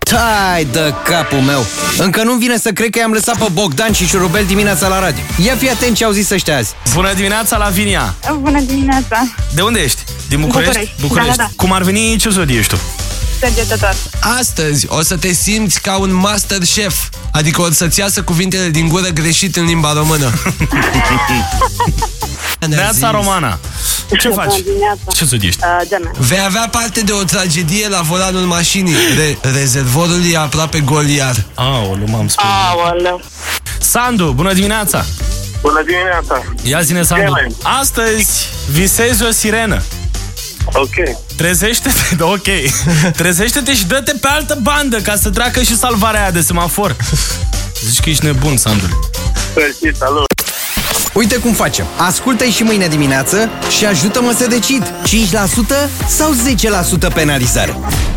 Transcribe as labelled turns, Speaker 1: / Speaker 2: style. Speaker 1: Tai de capul meu! Încă nu-mi vine să cred că i-am lăsat pe Bogdan și Șurubel dimineața la radio. Ia fi atent ce au zis ăștia azi.
Speaker 2: Bună dimineața, Lavinia!
Speaker 3: Bună dimineața!
Speaker 2: De unde ești? Din București?
Speaker 3: București. Da, da, da.
Speaker 2: Cum ar veni, ce zodie ești tu?
Speaker 3: Săgetător.
Speaker 4: Astăzi o să te simți ca un master chef, adică o să-ți iasă cuvintele din gură greșit în limba română. Ne-a
Speaker 2: Neața
Speaker 4: zis.
Speaker 2: Romana! Ce
Speaker 3: Bună
Speaker 2: faci?
Speaker 3: dimineața.
Speaker 2: Ce zodie ești?
Speaker 3: Uh, Gemeni.
Speaker 4: Vei avea parte de o tragedie la volanul mașinii. Re- rezervorul e aproape gol iar.
Speaker 2: Aoleu, m-am spus.
Speaker 3: Ah. Aoleu.
Speaker 2: Sandu, bună dimineața!
Speaker 5: Bună dimineața!
Speaker 2: Ia zine, Sandu.
Speaker 5: Bine.
Speaker 2: Astăzi visezi o sirenă.
Speaker 5: Ok.
Speaker 2: Trezește-te, da, ok. Trezește-te și dă-te pe altă bandă ca să treacă și salvarea aia de semafor. Zici că ești nebun, Sandu.
Speaker 5: Mersi, salut!
Speaker 1: Uite cum facem. Ascultă-i și mâine dimineață și ajută-mă să decid. 5% sau 10% penalizare.